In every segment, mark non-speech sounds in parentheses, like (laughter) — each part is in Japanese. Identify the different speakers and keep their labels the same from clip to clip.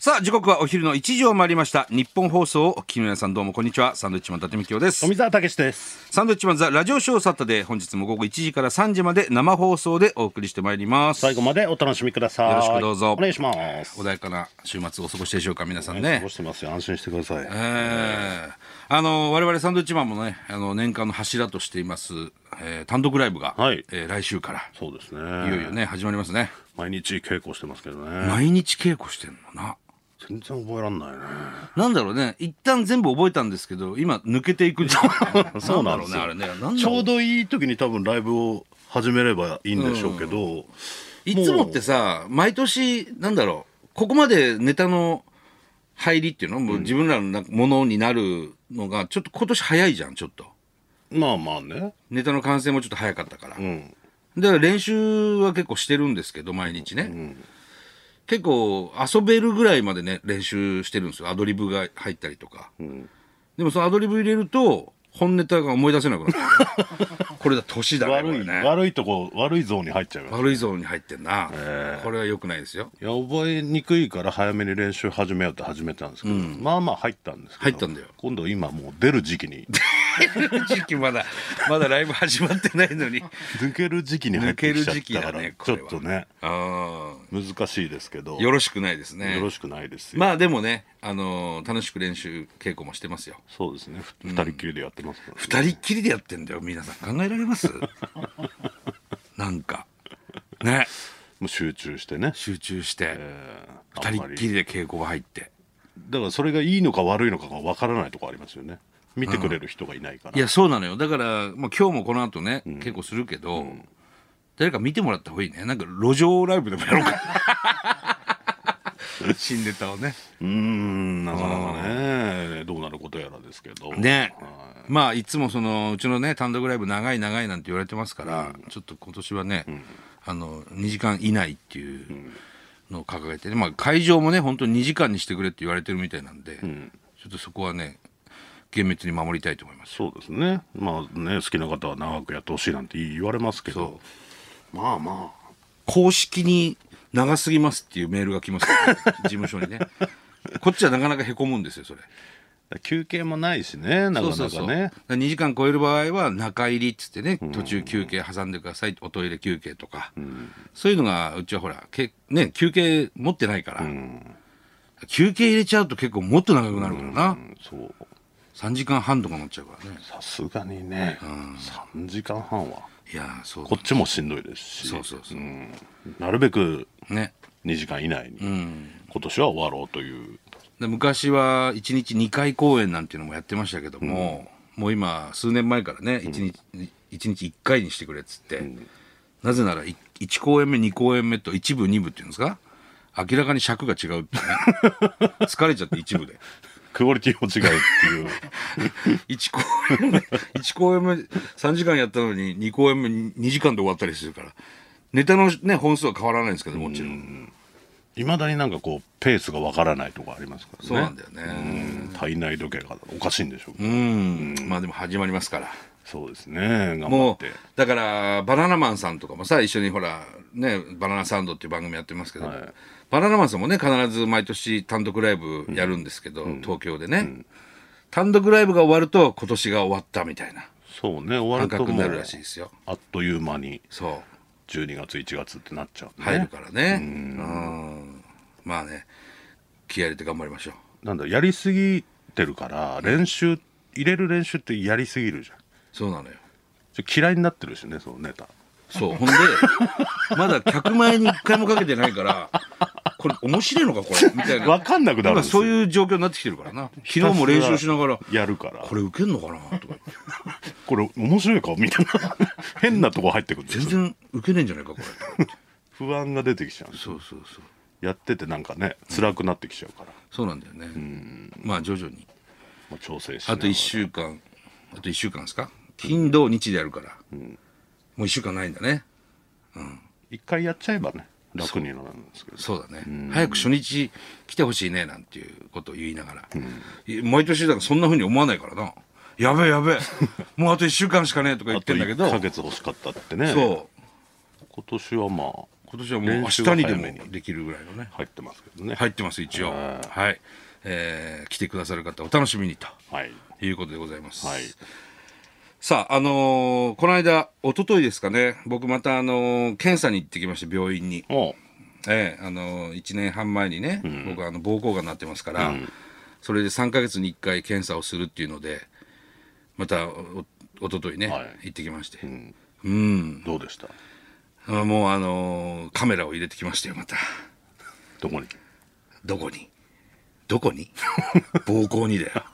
Speaker 1: さあ時刻はお昼の1時を回りました日本放送をお聞きの皆さんどうもこんにちはサンドウィッチマン伊達美京です
Speaker 2: 富澤たけしです。
Speaker 1: サンドウィッチマンザラジオショーサタデー本日も午後1時から3時まで生放送でお送りしてまいります
Speaker 2: 最後までお楽しみください。
Speaker 1: よろしくどうぞ
Speaker 2: お願いします。
Speaker 1: 穏やかな週末をお過ごしでしょうか皆さん
Speaker 2: ね、過
Speaker 1: ね
Speaker 2: ごしてますよ。安心してください。
Speaker 1: えーあの我々サンドウィッチマンもねあの年間の柱としています、えー単独ライブが、
Speaker 2: はい
Speaker 1: えー来週から
Speaker 2: そうですね。
Speaker 1: いよいよね始まりますね
Speaker 2: 毎日稽古してますけどね。
Speaker 1: 毎日稽古してんのな
Speaker 2: 全然覚えらんないね。
Speaker 1: なんだろうね一旦全部覚えたんですけど今抜けていく時間
Speaker 2: (laughs) そう
Speaker 1: な
Speaker 2: な
Speaker 1: だろう
Speaker 2: んんです
Speaker 1: ね
Speaker 2: よ
Speaker 1: あれねなんだ
Speaker 2: ち
Speaker 1: ろう
Speaker 2: ょうどいい時に多分ライブを始めればいいんでしょうけど、
Speaker 1: いつもってさ毎年なんだろうここまでネタの入りっていうのもう自分らのなんかものになるのがちょっと今年早いじゃんちょっと
Speaker 2: まあまあね。
Speaker 1: ネタの完成もちょっと早かったから、
Speaker 2: うん。
Speaker 1: だから練習は結構してるんですけど毎日ね、結構遊べるぐらいまでね練習してるんですよアドリブが入ったりとか、でもそのアドリブ入れると本ネタが思い出せ (laughs) なくなるこれだ年だねこ
Speaker 2: 悪
Speaker 1: れ
Speaker 2: い、
Speaker 1: ね
Speaker 2: 悪いとこ、悪いゾーンに入っちゃうよね。
Speaker 1: 悪いゾーンに入ってんな、これは良くないですよ
Speaker 2: いや、覚えにくいから早めに練習始めようって始めたんですけど、まあまあ入ったんですけど。
Speaker 1: 入ったんだよ
Speaker 2: 今度今もう出る時
Speaker 1: (laughs)
Speaker 2: 期に、
Speaker 1: 時期まだまだライブ始まってないのに
Speaker 2: 抜ける時期に入ってきち
Speaker 1: 抜け
Speaker 2: ゃったから、
Speaker 1: る時期だねこ
Speaker 2: ち
Speaker 1: れ
Speaker 2: ょ
Speaker 1: は
Speaker 2: っとね。
Speaker 1: あ
Speaker 2: 難しいですけど
Speaker 1: あよろしくないですね
Speaker 2: よろしくないですよ、
Speaker 1: まあでもね、あのー楽しく練習稽古もしてますよ
Speaker 2: そうですねふ二人っきりでやってますからね、
Speaker 1: 二人っきりでやってんだよ皆さん考えられます
Speaker 2: (laughs)
Speaker 1: なんかね
Speaker 2: もう集中してね
Speaker 1: 集中して
Speaker 2: 二
Speaker 1: 二人っきりで稽古が入って
Speaker 2: だからそれがいいのか悪いのかがわからないとこありますよね見てくれる人がいないから、
Speaker 1: いやそうなのよだから、まあ、今日もこの後ね、稽古するけど、誰か見てもらった方がいいねなんか路上ライブでもやろう
Speaker 2: (laughs)
Speaker 1: か新ネタをね
Speaker 2: うーんなかなかねどうなることやらですけど
Speaker 1: ねまあいつもそのうちのね単独ライブ長い長いなんて言われてますから、ちょっと今年はね、あの2時間以内っていうのを掲げてね、まあ、会場もね本当に2時間にしてくれって言われてるみたいなんで、ちょっとそこはね厳密に守りたいと思います
Speaker 2: そうですねまあね好きな方は長くやってほしいなんて言われますけどまあまあ
Speaker 1: 公式に長すぎますっていうメールが来ますからね、事務所にねこっちはなかなかへこむんですよそれ
Speaker 2: 休憩もないしねなかなかね
Speaker 1: そうそうそうだから2時間超える場合は中入りっつってね途中休憩挟んでくださいおトイレ休憩とか、そういうのがうちはほらけ、ね、休憩持ってないから、休憩入れちゃうと結構もっと長くなるからな、
Speaker 2: うんそう
Speaker 1: 3時間半とかになっちゃうからね
Speaker 2: さすがにね、3時間半はい
Speaker 1: やーそうだ
Speaker 2: こっちもしんどいですし
Speaker 1: そうそうそう、
Speaker 2: なるべく
Speaker 1: ね
Speaker 2: 2時間以内に今年は終わろうという、
Speaker 1: で昔は1日2回公演なんていうのもやってましたけども、もう今数年前からね1日,、一日1回にしてくれっつって、なぜなら 1, 公演目2公演目と1部2部っていうんですか明らかに尺が違うってね疲れちゃって1部で
Speaker 2: クオリティも違うっていう
Speaker 1: (laughs) 1公演目一公演目3時間やったのに2公演目2時間で終わったりするからネタのね本数は変わらないんですけどもちろん、
Speaker 2: いまだになんかこうペースがわからないとかありますからね
Speaker 1: そうなんだよね
Speaker 2: うん体内時計がおかしいんでしょう、
Speaker 1: うんまあでも始まりますから
Speaker 2: そうですね頑張っ
Speaker 1: もう
Speaker 2: て
Speaker 1: だからバナナマンさんとかもさ一緒にほらねバナナサンドっていう番組やってますけど、
Speaker 2: はい
Speaker 1: バナナマンさんもね必ず毎年単独ライブやるんですけど、東京でね、単独ライブが終わると今年が終わったみたいな
Speaker 2: そうね終わ
Speaker 1: 感
Speaker 2: ると
Speaker 1: 覚に
Speaker 2: も
Speaker 1: なる
Speaker 2: う
Speaker 1: らしいですよ
Speaker 2: あっという間に
Speaker 1: そう
Speaker 2: 12月1月ってなっちゃうんで、
Speaker 1: 入る
Speaker 2: ね、
Speaker 1: からねうんまあね気合入れて頑張りましょう
Speaker 2: なんだやりすぎてるから練習入れる練習ってやりすぎるじゃん
Speaker 1: そうなのよ
Speaker 2: ちょ嫌いになってるしねそのネタ
Speaker 1: そう
Speaker 2: (laughs)
Speaker 1: ほんでまだ客前に一回もかけてないからこれ面白いのかこれみたいな
Speaker 2: 分かんなくなるん
Speaker 1: 今
Speaker 2: ですよ
Speaker 1: そういう状況になってきてるから (laughs) な昨日も練習しながら
Speaker 2: やるから
Speaker 1: これ受けんのかなとか言って
Speaker 2: これ面白いかみたいな (laughs) 変なとこ入ってくるんですよ
Speaker 1: 全然受けねえんじゃないかこれ
Speaker 2: 不安が出てきちゃうんです
Speaker 1: そうそうそう
Speaker 2: やっててなんかね辛くなってきちゃうから、
Speaker 1: そうなんだよねまあ徐々に
Speaker 2: まあ、調整して
Speaker 1: あと1週間あと1週間ですか金土日でやるから、もう1週間ないんだね
Speaker 2: 一回やっちゃえばね楽になるんですけど
Speaker 1: そうだね、早く初日来てほしいねなんていうことを言いながら、い毎年だからそんなふうに思わないからなやべえ (laughs) やべえもうあと1週間しかねえとか言っ
Speaker 2: あ
Speaker 1: て
Speaker 2: と
Speaker 1: んだけど
Speaker 2: 1ヶ月欲しかったってね
Speaker 1: そう
Speaker 2: 今年はまあ
Speaker 1: 今年はもう明日にでもできるぐらいのね
Speaker 2: 入ってますけどね
Speaker 1: 入ってます一応はい、えー来てくださる方お楽しみにと
Speaker 2: はい
Speaker 1: いうことでございます、
Speaker 2: はい
Speaker 1: さああのーこの間一昨日ですかね僕またあのー検査に行ってきまして病院に
Speaker 2: おう
Speaker 1: ええあの1年半前にね、僕はあの膀胱がんになってますから、それで3か月に1回検査をするっていうのでまたおおとといね、
Speaker 2: はい
Speaker 1: 行ってきまして、
Speaker 2: ん
Speaker 1: うん
Speaker 2: どうでした
Speaker 1: あもうあのーカメラを入れてきましたよまた
Speaker 2: どこに
Speaker 1: どこにどこに膀胱にだよ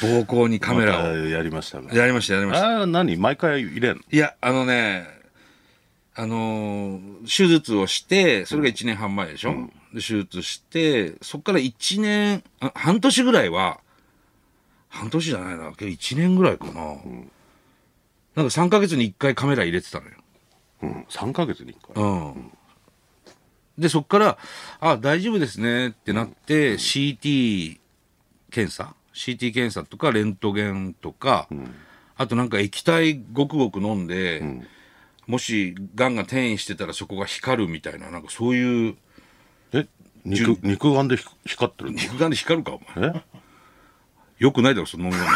Speaker 1: 膀胱にカメ
Speaker 2: ま
Speaker 1: ラ
Speaker 2: たやりましたが
Speaker 1: をやりましたやりました
Speaker 2: ああ何毎回入れんの
Speaker 1: いやあのねあのー手術をして、それが1年半前でしょ、で手術して、そこから1年、あ半年ぐらいは、半年じゃないな、けど1年ぐらいかな。なんか3ヶ月に1回カメラ入れてたのよ。
Speaker 2: うん3ヶ月に1回
Speaker 1: うん。で、そこから、あ、大丈夫ですねってなって、CT 検査 ?CT 検査とか、レントゲンとか、あとなんか液体ごくごく飲んで、もし、がんが転移してたらそこが光るみたいな、なんかそういう、
Speaker 2: え肉肉眼でひ光ってるの
Speaker 1: 肉眼で光るか、お前。
Speaker 2: え
Speaker 1: よくないだろ、その飲み物。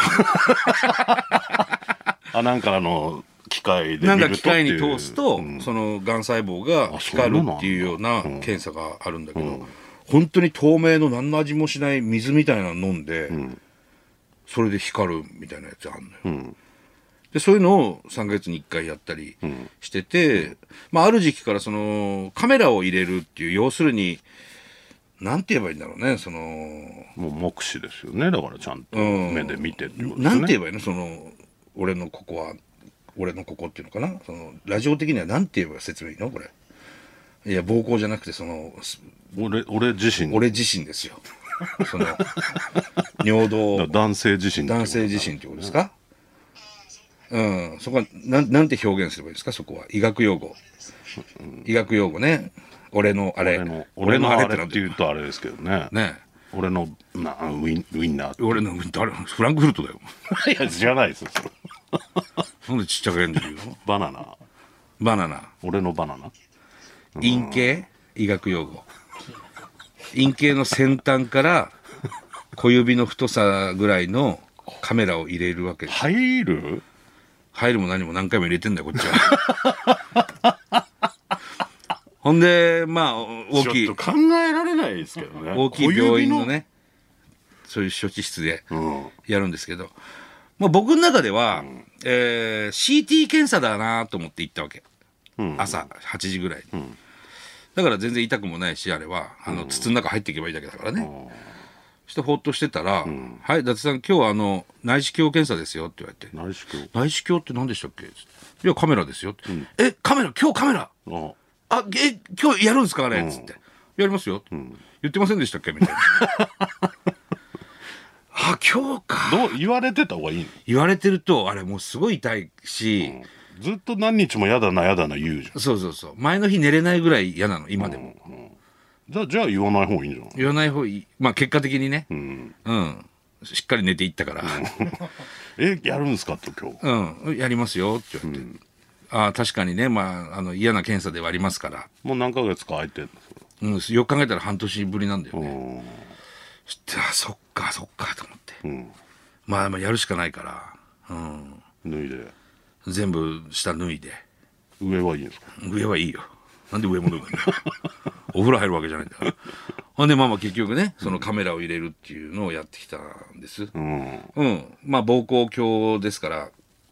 Speaker 2: あなんかあの機械で
Speaker 1: なん
Speaker 2: 見
Speaker 1: か
Speaker 2: る
Speaker 1: 機
Speaker 2: とって
Speaker 1: 械に
Speaker 2: いう
Speaker 1: 通すと、
Speaker 2: うん
Speaker 1: そのがん細胞が
Speaker 2: あそうな
Speaker 1: 光
Speaker 2: ん
Speaker 1: る
Speaker 2: だ
Speaker 1: っていうような検査があるんだけど、本当に透明の何の味もしない水みたいなの飲んで、それで光るみたいなやつあるのよ、でそういうのを3ヶ月に1回やったりしてて、まあ、ある時期からそのカメラを入れるっていう要するになんて言えばいいんだろうねその
Speaker 2: もう目視ですよねだからちゃんと
Speaker 1: うん
Speaker 2: 目で見てっていうことで
Speaker 1: な
Speaker 2: すね
Speaker 1: んて言えばいいのその俺のここは俺のここっていうのかなそのラジオ的にはなんて言えば説明いいのこれいや暴行じゃなくてそのす
Speaker 2: 俺俺自身
Speaker 1: 俺自身ですよその
Speaker 2: (laughs)
Speaker 1: 尿道
Speaker 2: だ男性自身ってこと
Speaker 1: 男性自身ってことですかうんそこはなんなんて表現すればいいですかそこは医学用語医学用語ね俺のあれ
Speaker 2: 俺の俺のあれって
Speaker 1: て
Speaker 2: 言うとあれですけどね
Speaker 1: ね
Speaker 2: 俺のなウィンウィンナーって
Speaker 1: 俺の誰フランクフルトだよ
Speaker 2: いや知らないですよそれ
Speaker 1: なんでちっちゃくやんでるよ
Speaker 2: バナナ
Speaker 1: バナナ
Speaker 2: 俺のバナナ
Speaker 1: 陰茎医学用語陰茎の先端から小指の太さぐらいのカメラを入れるわけです
Speaker 2: 入る
Speaker 1: 入るも何も何回も入れてんだよこっちは (laughs) ほんでまあ大き
Speaker 2: ちょ
Speaker 1: い
Speaker 2: っと考えられないですけどね
Speaker 1: 大きい病院のねそういう処置室で
Speaker 2: 小指の
Speaker 1: やるんですけど、まあ、僕の中では、えー CT 検査だなと思って行ったわけ、
Speaker 2: うん
Speaker 1: 朝8時ぐらいに、だから全然痛くもないしあれはあの筒の中入っていけばいいだけだからね、
Speaker 2: うん
Speaker 1: そしてほっとしてたら「はい伊達さん今日はあの内視鏡検査ですよ」って言われて
Speaker 2: 内視鏡
Speaker 1: 「内視鏡って何でしたっけ?」っていやカメラですよ」って、えカメラ今日カメラ
Speaker 2: あ
Speaker 1: あえ今日やるんですかあれ」っつって「やりますよ」言ってませんでしたっけ?」みたい
Speaker 2: (laughs)
Speaker 1: な「あ今日か」
Speaker 2: どう言われてた方がいいの
Speaker 1: 言われてるとあれもうすごい痛いし、
Speaker 2: ずっと何日もやだなやだな言うじゃん
Speaker 1: そうそうそう前の日寝れないぐらい嫌なの今でも、
Speaker 2: じゃあじゃあ言わない方がいいんじゃない
Speaker 1: 言わない方がいいまあ結果的にね
Speaker 2: うん
Speaker 1: うん、しっかり寝ていったから
Speaker 2: えやるんですかって今
Speaker 1: う
Speaker 2: 日
Speaker 1: ん、やりますよって言われて、ああ確かにね、まあ、あの嫌な検査ではありますから、
Speaker 2: もう何ヶ月か空いてんです
Speaker 1: うん、よく考えたら半年ぶりなんだよね、
Speaker 2: よ
Speaker 1: そしてあそっかそっかと思って、
Speaker 2: うん
Speaker 1: まあ、まあやるしかないから、うん、
Speaker 2: 脱いで
Speaker 1: 全部下脱いで
Speaker 2: 上はいいんですか
Speaker 1: 上はいいよなんで上も脱ぐんだよお風呂入るわけじゃないんだからほんでまあまあ結局ねそのカメラを入れるっていうのをやってきたんです
Speaker 2: うん
Speaker 1: うん、まあ膀胱鏡ですから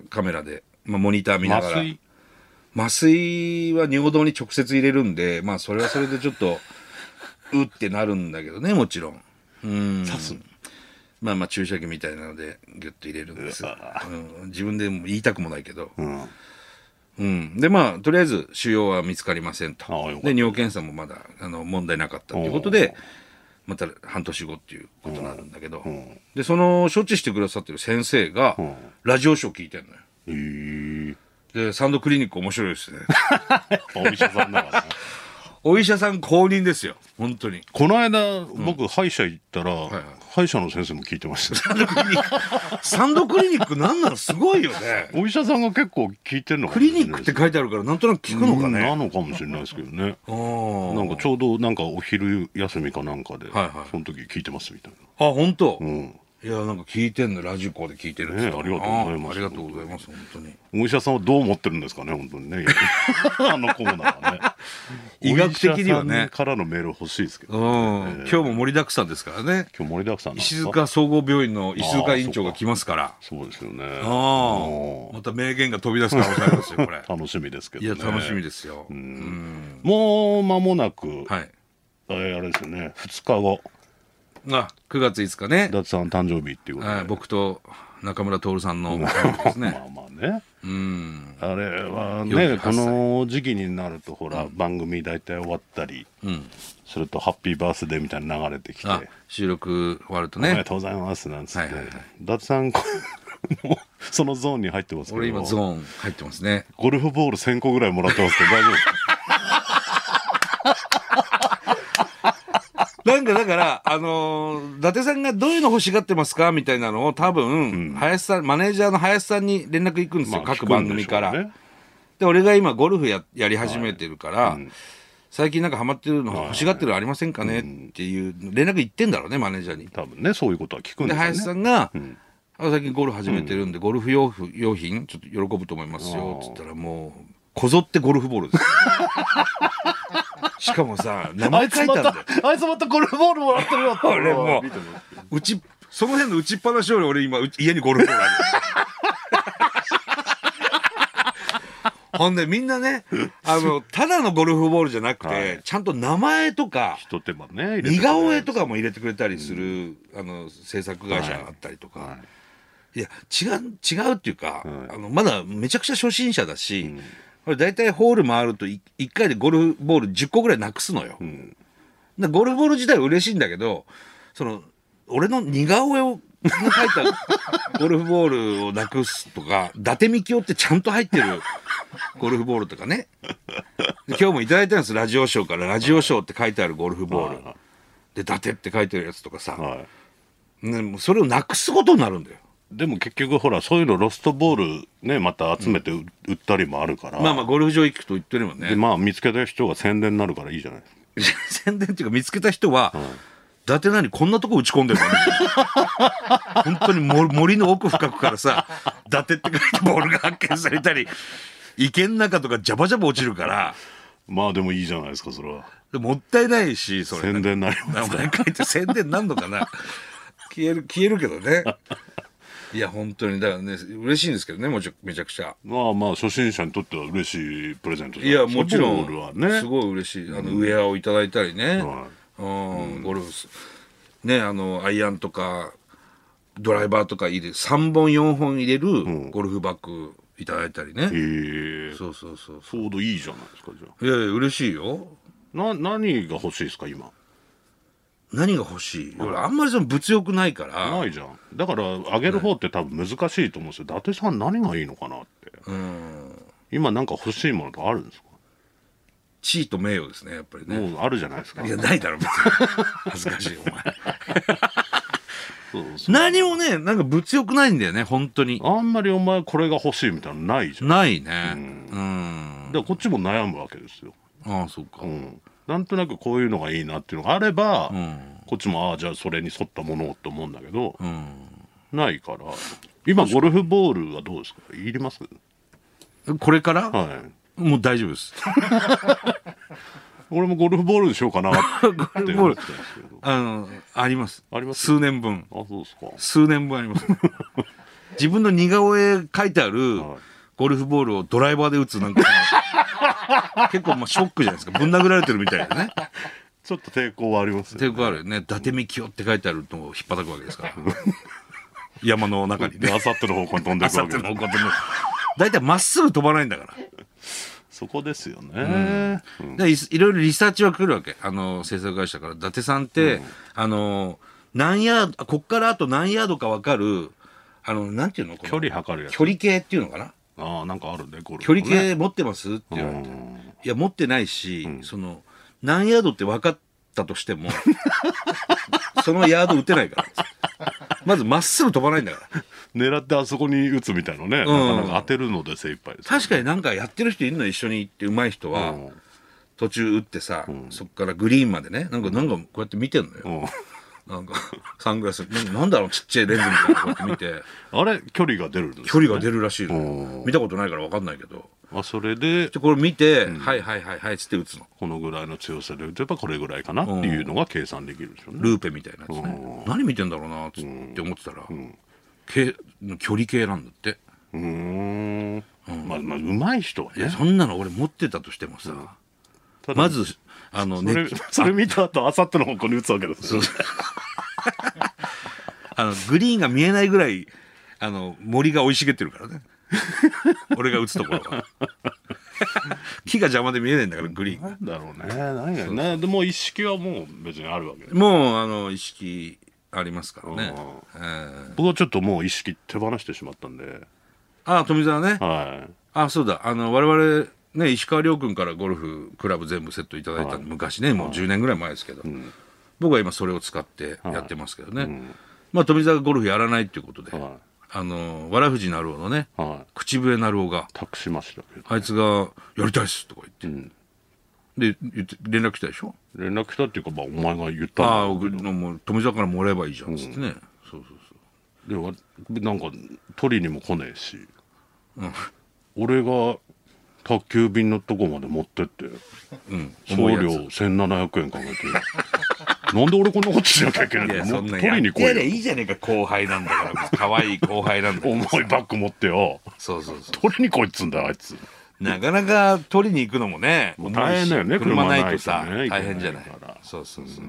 Speaker 1: カメラで、まあ、モニター見なが
Speaker 2: 麻
Speaker 1: ら
Speaker 2: 酔
Speaker 1: 麻酔は尿道に直接入れるんで、まあそれはそれでちょっと、うってなるんだけどね、もちろん。うん。
Speaker 2: 刺すの
Speaker 1: まあまあ注射器みたいなので、ギュッと入れるんです。
Speaker 2: う
Speaker 1: うん、自分でも言いたくもないけど。
Speaker 2: うんあ
Speaker 1: うん。でまあ、とりあえず腫瘍は見つかりませんと
Speaker 2: ああよかっ。た
Speaker 1: で、尿検査もまだ、あの、問題なかったということで、また半年後っていうことになるんだけど
Speaker 2: ん。
Speaker 1: で、その処置してくださってる先生が
Speaker 2: ん、
Speaker 1: ラジオショー聞いてんのよ。
Speaker 2: へえ
Speaker 1: で、サンドクリニック面白いですね。 (laughs)
Speaker 2: お医者さんだからね
Speaker 1: お医者さん公認ですよ本当に
Speaker 2: この間、僕歯医者行ったら、
Speaker 1: はい
Speaker 2: 歯医者の先生も聞いてました
Speaker 1: (laughs)
Speaker 2: よ
Speaker 1: サンドクリニックなんなのすごいよ
Speaker 2: (laughs)
Speaker 1: ね
Speaker 2: お医者さんが結構聞いてるのか
Speaker 1: ク
Speaker 2: もし
Speaker 1: リ
Speaker 2: れ
Speaker 1: ニッ
Speaker 2: な
Speaker 1: ク
Speaker 2: い
Speaker 1: っ
Speaker 2: です
Speaker 1: て書いてあるからなんとなく聞くのか
Speaker 2: うんな
Speaker 1: ね
Speaker 2: のかもしれないですけど
Speaker 1: (laughs)
Speaker 2: ね
Speaker 1: な
Speaker 2: なんかちょうどなんかお昼休みかなんかで、
Speaker 1: はいはい
Speaker 2: その時聞いてますみたい
Speaker 1: あ本当、
Speaker 2: な、うん、
Speaker 1: いやなんか聞いてんのラジコで聞いてるっつった
Speaker 2: ねえありがとうございます
Speaker 1: あありがとうございます本当に
Speaker 2: お医者さんはどう思ってるんですかね本当にね (laughs) あのコーナーはね
Speaker 1: (laughs) 医学的にはね
Speaker 2: お医者さんからのメール欲しいですけど、
Speaker 1: うん、今日も盛りだくさんですからね
Speaker 2: 今日盛りだくさんなんです
Speaker 1: 石
Speaker 2: か
Speaker 1: 塚総合病院の石塚院長が来ますから
Speaker 2: そうですよね
Speaker 1: あ
Speaker 2: も
Speaker 1: あまた名言が飛び出す可能性ありますよこ (laughs) れ
Speaker 2: う楽しみですけ
Speaker 1: い
Speaker 2: ど、
Speaker 1: や
Speaker 2: ね、
Speaker 1: 楽しみですよ、
Speaker 2: もう間もなく、
Speaker 1: はい
Speaker 2: えーあれですよね2日後
Speaker 1: あ9月5日ね
Speaker 2: 伊、達さん誕生日っていうことで、
Speaker 1: はい、僕と中村徹さんのです (laughs) ね
Speaker 2: まあまあね
Speaker 1: うん
Speaker 2: あれは
Speaker 1: 48
Speaker 2: ねこの時期になるとほら、番組大体終わったり
Speaker 1: うん
Speaker 2: するとハッピーバースデーみたいに流れてきて「
Speaker 1: あ収録終わると
Speaker 2: おめ
Speaker 1: ね
Speaker 2: でとうございます」なんつって、
Speaker 1: はいはいはい
Speaker 2: 伊達さんこれもうそのゾーンに入ってますけ
Speaker 1: 俺今
Speaker 2: ど
Speaker 1: ゾーン入ってますね
Speaker 2: ゴルフボール1000個ぐらいもらってますけど大丈夫ですか
Speaker 1: (laughs) なんかだから、あのー伊達さんがどういうの欲しがってますかみたいなのを多分、林さん、マネージャーの林さんに連絡行くんですよ、
Speaker 2: まあ
Speaker 1: 各番組から。
Speaker 2: 聞くんでしょうね
Speaker 1: で、俺が今ゴルフややり始めてるから、
Speaker 2: うん
Speaker 1: 最近なんかハマってるの欲しがってるのありませんかね、っていう連絡行ってんだろうね、マネージャーに。
Speaker 2: 多分ねそういうことは聞くん
Speaker 1: で、
Speaker 2: ですよね
Speaker 1: 林さんが、
Speaker 2: うん
Speaker 1: あ最近ゴルフ始めてるんで、ゴルフ用品用品、ちょっと喜ぶと思いますよ、
Speaker 2: あ
Speaker 1: つっ
Speaker 2: ー
Speaker 1: たらもう、こぞってゴルフボールです。
Speaker 2: (laughs)
Speaker 1: しかもさ、名前書いてあるんだよ。
Speaker 2: あいつまたゴルフボールもらってるよって
Speaker 1: 俺
Speaker 2: (laughs)
Speaker 1: もう、うち、その辺の打ちっぱなしより俺今、うち家にゴルフボールある。 (laughs) ほんでみんなね、あの、ただのゴルフボールじゃなくて、
Speaker 2: はい
Speaker 1: ちゃんと名前とか、
Speaker 2: 一手間ね入れて
Speaker 1: 似顔絵とかも入れてくれたりする、あの、制作会社があったりとか。
Speaker 2: はい
Speaker 1: いや、違う、違うっていうか、
Speaker 2: はい
Speaker 1: あの、まだめちゃくちゃ初心者だし、これ大体ホール回ると1回でゴルフボール10個ぐらいなくすのよ。
Speaker 2: ん
Speaker 1: でゴルフボール自体は嬉しいんだけど、その、俺の似顔絵を、 (laughs) が描いたゴルフボールをなくすとか、伊達みきおってちゃんと入ってるゴルフボールとかね。で今日もいただいたんです、ラジオショーから。ラジオショーって書いてあるゴルフボール。で、伊達って書いてるやつとかさ、
Speaker 2: はい
Speaker 1: ね、もうそれをなくすことになるんだよ。
Speaker 2: でも結局ほらそういうのロストボールねまた集めてう売ったりもあるから、
Speaker 1: まあまあ、ゴルフ場行くと言ってるもんね
Speaker 2: で。まあ見つけた人が宣伝になるからいいじゃないですか
Speaker 1: 宣伝っていうか見つけた人は、伊達何こんなとこ打ち込んで
Speaker 2: (laughs)
Speaker 1: るの本当にも森の奥深くからさ伊達って書いてボールが発見されたり池の中とかジャバジャバ落ちるから
Speaker 2: まあでもいいじゃないですかそれは
Speaker 1: もったいないしそれ
Speaker 2: 宣伝になります
Speaker 1: 名前書いて宣伝なんのかな消える消えるけどねいや本当にだからね嬉しいんですけどねもちろんめちゃくちゃ
Speaker 2: まあまあ初心者にとっては嬉しいプレゼント
Speaker 1: いやもちろん
Speaker 2: ボールはね
Speaker 1: すごい嬉しいあの、ウェアをいただいたりね、
Speaker 2: は
Speaker 1: うん、ゴルフスねあのアイアンとかドライバーとか入れ3本4本入れるゴルフバッグいただいたりね、
Speaker 2: えー、
Speaker 1: そうそうそうそ
Speaker 2: ちょうどいいじゃないですかじゃあ
Speaker 1: ういやいや嬉しいよ
Speaker 2: な何が欲しいですか今
Speaker 1: 何が欲しい俺あんまりその物欲ないから
Speaker 2: ないじゃんだからあげる方って多分難しいと思うんですよ伊達さん何がいいのかなって
Speaker 1: うん
Speaker 2: 今なんか欲しいものとかあるんですか
Speaker 1: 地位と名誉ですねやっぱりね
Speaker 2: もうあるじゃないですか
Speaker 1: いやないだろ
Speaker 2: (laughs)
Speaker 1: 別に恥ずかしいお前
Speaker 2: そうそう
Speaker 1: 何もねなんか物欲ないんだよね本当に
Speaker 2: あんまりお前これが欲しいみたいなのないじゃん
Speaker 1: ないねうん
Speaker 2: だからこっちも悩むわけですよ、
Speaker 1: ああそうか
Speaker 2: う
Speaker 1: うん
Speaker 2: ん、なんとなくこういうのがいいなっていうのがあれば、
Speaker 1: うん、
Speaker 2: こっちもああじゃあそれに沿ったものをって思うんだけど、ないから今ゴルフボールはどうですかいります
Speaker 1: これから、
Speaker 2: はい
Speaker 1: もう大丈夫です
Speaker 2: 俺もゴルフボールにしようかなって
Speaker 1: ルボー
Speaker 2: 思
Speaker 1: ル
Speaker 2: ってたんですけど
Speaker 1: あの、あります。
Speaker 2: あります
Speaker 1: 数年分。
Speaker 2: あそうですか
Speaker 1: 数年分あります。自分の似顔絵描いてある
Speaker 2: はい
Speaker 1: ゴルフボールをドライバーで打つなんか、結構まあショックじゃないですか。ぶん殴られてるみたいなね。
Speaker 2: ちょっと抵抗はあります
Speaker 1: 抵抗あるよね。伊達みきおって書いてあるのを引っ叩くわけ (laughs) ですから。山の中に (laughs)
Speaker 2: で
Speaker 1: ね。
Speaker 2: あさっての方向に飛んで
Speaker 1: あ
Speaker 2: いく
Speaker 1: さ
Speaker 2: わ
Speaker 1: っ
Speaker 2: け
Speaker 1: ての
Speaker 2: で
Speaker 1: 方向でね大体まっすぐ飛ばないんだから。
Speaker 2: そこですよね、うん
Speaker 1: でいいろいろリサーチは来るわけあの制作会社から伊達さんって、あの何ヤードこっからあと何ヤードか分かるあのなんていうのこの
Speaker 2: 距離測るやつ
Speaker 1: 距離計っていうのかな
Speaker 2: ああなんかあるねゴル
Speaker 1: 距
Speaker 2: フ、ね、
Speaker 1: 離計持ってますって
Speaker 2: う
Speaker 1: 言われて、い
Speaker 2: ん
Speaker 1: や持ってないし、その何ヤードって分かったとしても (laughs) そのヤード打てないからまずまっすぐ飛ばないんだから
Speaker 2: 狙ってあそこに打つみたいなね、
Speaker 1: ん
Speaker 2: なかなか当てるので精一杯です、
Speaker 1: 確かになんかやってる人いるの一緒に行って上手い人は、
Speaker 2: うん
Speaker 1: 途中打ってさ、そっからグリーンまでねなんかなんかこうやって見てんのよ、
Speaker 2: うん
Speaker 1: なんかサングラスなんかなんだろうちっちゃいレンズみたいなのこうやって見て
Speaker 2: あれ距離が出るんです
Speaker 1: (laughs) 距離が出るらしいのよ
Speaker 2: う
Speaker 1: 見たことないから分かんないけど
Speaker 2: あそれで
Speaker 1: でこれ見て、はいはいはいはいっつって打つの
Speaker 2: このぐらいの強さで打てばこれぐらいかなっていうのが計算できるでしょうね、
Speaker 1: ルーペみたいなやつね、何見てんだろうなっつって思ってたら、け距離計なんだって
Speaker 2: うーんまあまあ上手い人はい
Speaker 1: や
Speaker 2: ね
Speaker 1: そんなの俺持ってたとしてもさ、
Speaker 2: ただ
Speaker 1: まずあの
Speaker 2: それ
Speaker 1: ね
Speaker 2: それ見た後あさっての方向に打つわけですよね
Speaker 1: あのグリーンが見えないぐらいあの森が生い茂ってるから
Speaker 2: (laughs)
Speaker 1: ね俺が打つところは木が邪魔で見えないんだからグリーンが
Speaker 2: なんだろうね何やねでも意識はもう別にあるわけ
Speaker 1: もうあの意識ありますからね、えー
Speaker 2: 僕はちょっともう意識手放してしまったんで
Speaker 1: ああ富澤ね
Speaker 2: はい
Speaker 1: あそうだあの我々ね石川遼君からゴルフクラブ全部セットいただいたんで昔ねもう10年ぐらい前ですけど、僕は今それを使ってやってますけどね、まあ富澤がゴルフやらないっていうことで、
Speaker 2: は
Speaker 1: あのわらふじなるおのね、
Speaker 2: いはい
Speaker 1: 口笛なるおが
Speaker 2: 託しましたけど
Speaker 1: あいつが「やりたいっす」とか言って、で言って連絡来たでしょ
Speaker 2: 連絡来たっていうかまあお前が言ったんだ
Speaker 1: ああ僕のもう富澤からもらえばいいじゃんっつってね、そうそうそう
Speaker 2: でわなんか取りにも来ねえし、俺が宅急便のとこまで持ってって、送料1700円かけて (laughs) なんで俺こんなことしなきゃいけない
Speaker 1: いや
Speaker 2: の
Speaker 1: そん
Speaker 2: も
Speaker 1: な
Speaker 2: う取りに来いよ
Speaker 1: いやいやいいじゃねえか後輩なんだから可愛い後輩なんだ
Speaker 2: (laughs)
Speaker 1: から
Speaker 2: 重いバッグ持ってよ
Speaker 1: そうそうそう
Speaker 2: 取りに来いっつうんだよあいつ
Speaker 1: なかなか取りに行くのもね、
Speaker 2: もう大変だよ
Speaker 1: 重
Speaker 2: ね
Speaker 1: いし車ないと
Speaker 2: 車
Speaker 1: さ
Speaker 2: ないとね、
Speaker 1: 大変じゃない
Speaker 2: いけないから。
Speaker 1: そうそうそう。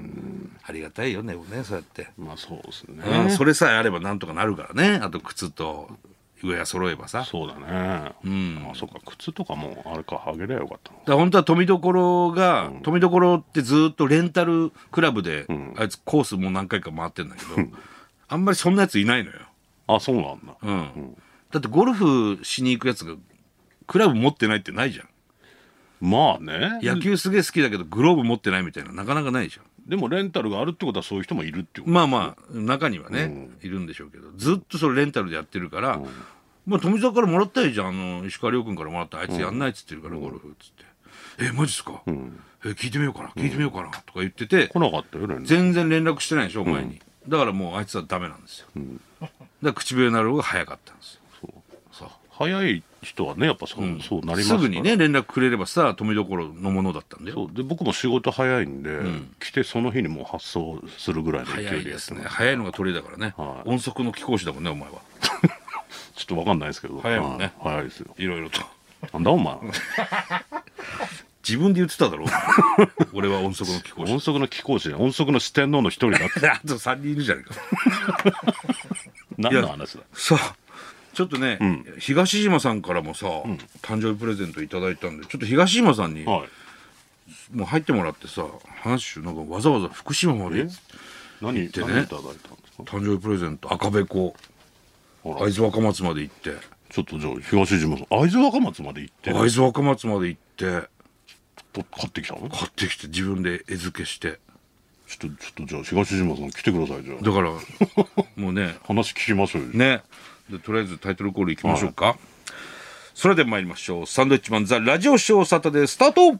Speaker 1: ありがたいよね、でもねそうやって。
Speaker 2: まあそうですね、
Speaker 1: うん、それさえあればなんとかなるからね。あと靴と上は揃えばさ。だか
Speaker 2: そうだねあそっか靴とかもあれかはげりゃよかったの
Speaker 1: ら本当は富所が、富所ってずっとレンタルクラブで、あいつコースもう何回か回ってんだけど、あんまりそんなやついないのよ。
Speaker 2: あそうなんだ、
Speaker 1: うん。だってゴルフしに行くやつが、クラブ持ってないってないじゃん。
Speaker 2: まあね
Speaker 1: 野球すげえ好きだけど、グローブ持ってないみたいな、なかなかないじゃん。
Speaker 2: でもレンタルがあるってことはそういう人もいるってこと、
Speaker 1: まあまあ中にはね、いるんでしょうけどずっとそれレンタルでやってるから、まあ、富澤からもらったらいいじゃんあの石川遼君からもらったあいつやんないっつってるから、ゴルフっつって「えマジっすか、え聞いてみようかな聞いてみようかな」とか言ってて、
Speaker 2: 来なかったよ連絡
Speaker 1: 全然連絡してないでしょお前に、だからもうあいつはダメなんですよ、だから口笛なる方が早かったんですよ
Speaker 2: 早い人はねやっぱそう,、そうなりますか
Speaker 1: す
Speaker 2: ら
Speaker 1: ぐにね連絡くれればさ富所のものだったんだよ
Speaker 2: そうで僕も仕事早いんで、来てその日にもう発送するぐらいの勢いで
Speaker 1: 早い
Speaker 2: や
Speaker 1: で
Speaker 2: っ
Speaker 1: す
Speaker 2: てま
Speaker 1: ね
Speaker 2: す
Speaker 1: 早いのが取りだからね、
Speaker 2: はい
Speaker 1: 音速の貴公子だもんねお前は
Speaker 2: ちょっとわかんないですけど
Speaker 1: 早いもんね
Speaker 2: は早いですよ
Speaker 1: いろいろと
Speaker 2: なんだ
Speaker 1: (laughs)
Speaker 2: お前
Speaker 1: 自分で言って
Speaker 2: (laughs)
Speaker 1: ただろ俺は音速の貴公子
Speaker 2: 音速の貴公子じゃん音速の四天王の一人だって
Speaker 1: あと3人いるじゃないか。
Speaker 2: 何の話だ
Speaker 1: さあ、ちょっとね、東島さんからもさ、誕生日プレゼントいただいたんで、ちょっと東島さんに、も
Speaker 2: はいう
Speaker 1: 入ってもらってさ、話をなんかわざわざ福島まで
Speaker 2: え何、何いた
Speaker 1: ね
Speaker 2: だいたんですか
Speaker 1: 誕生日プレゼント、赤べこ、
Speaker 2: ほら
Speaker 1: 会津若松まで行って、
Speaker 2: ちょっとじゃあ東島さん会津若松まで行って
Speaker 1: 会津若松まで行って、
Speaker 2: と買ってきたのちょ
Speaker 1: 買ってきて自分で餌付けして、
Speaker 2: っとちょっとじゃあ東島さん来てくださいじゃあ
Speaker 1: だから、もうね、
Speaker 2: 話聞きましょうよ
Speaker 1: ねでとりあえずタイトルコールいきましょうか、それでは参りましょうサンドウィッチマンザラジオショーサタデースタート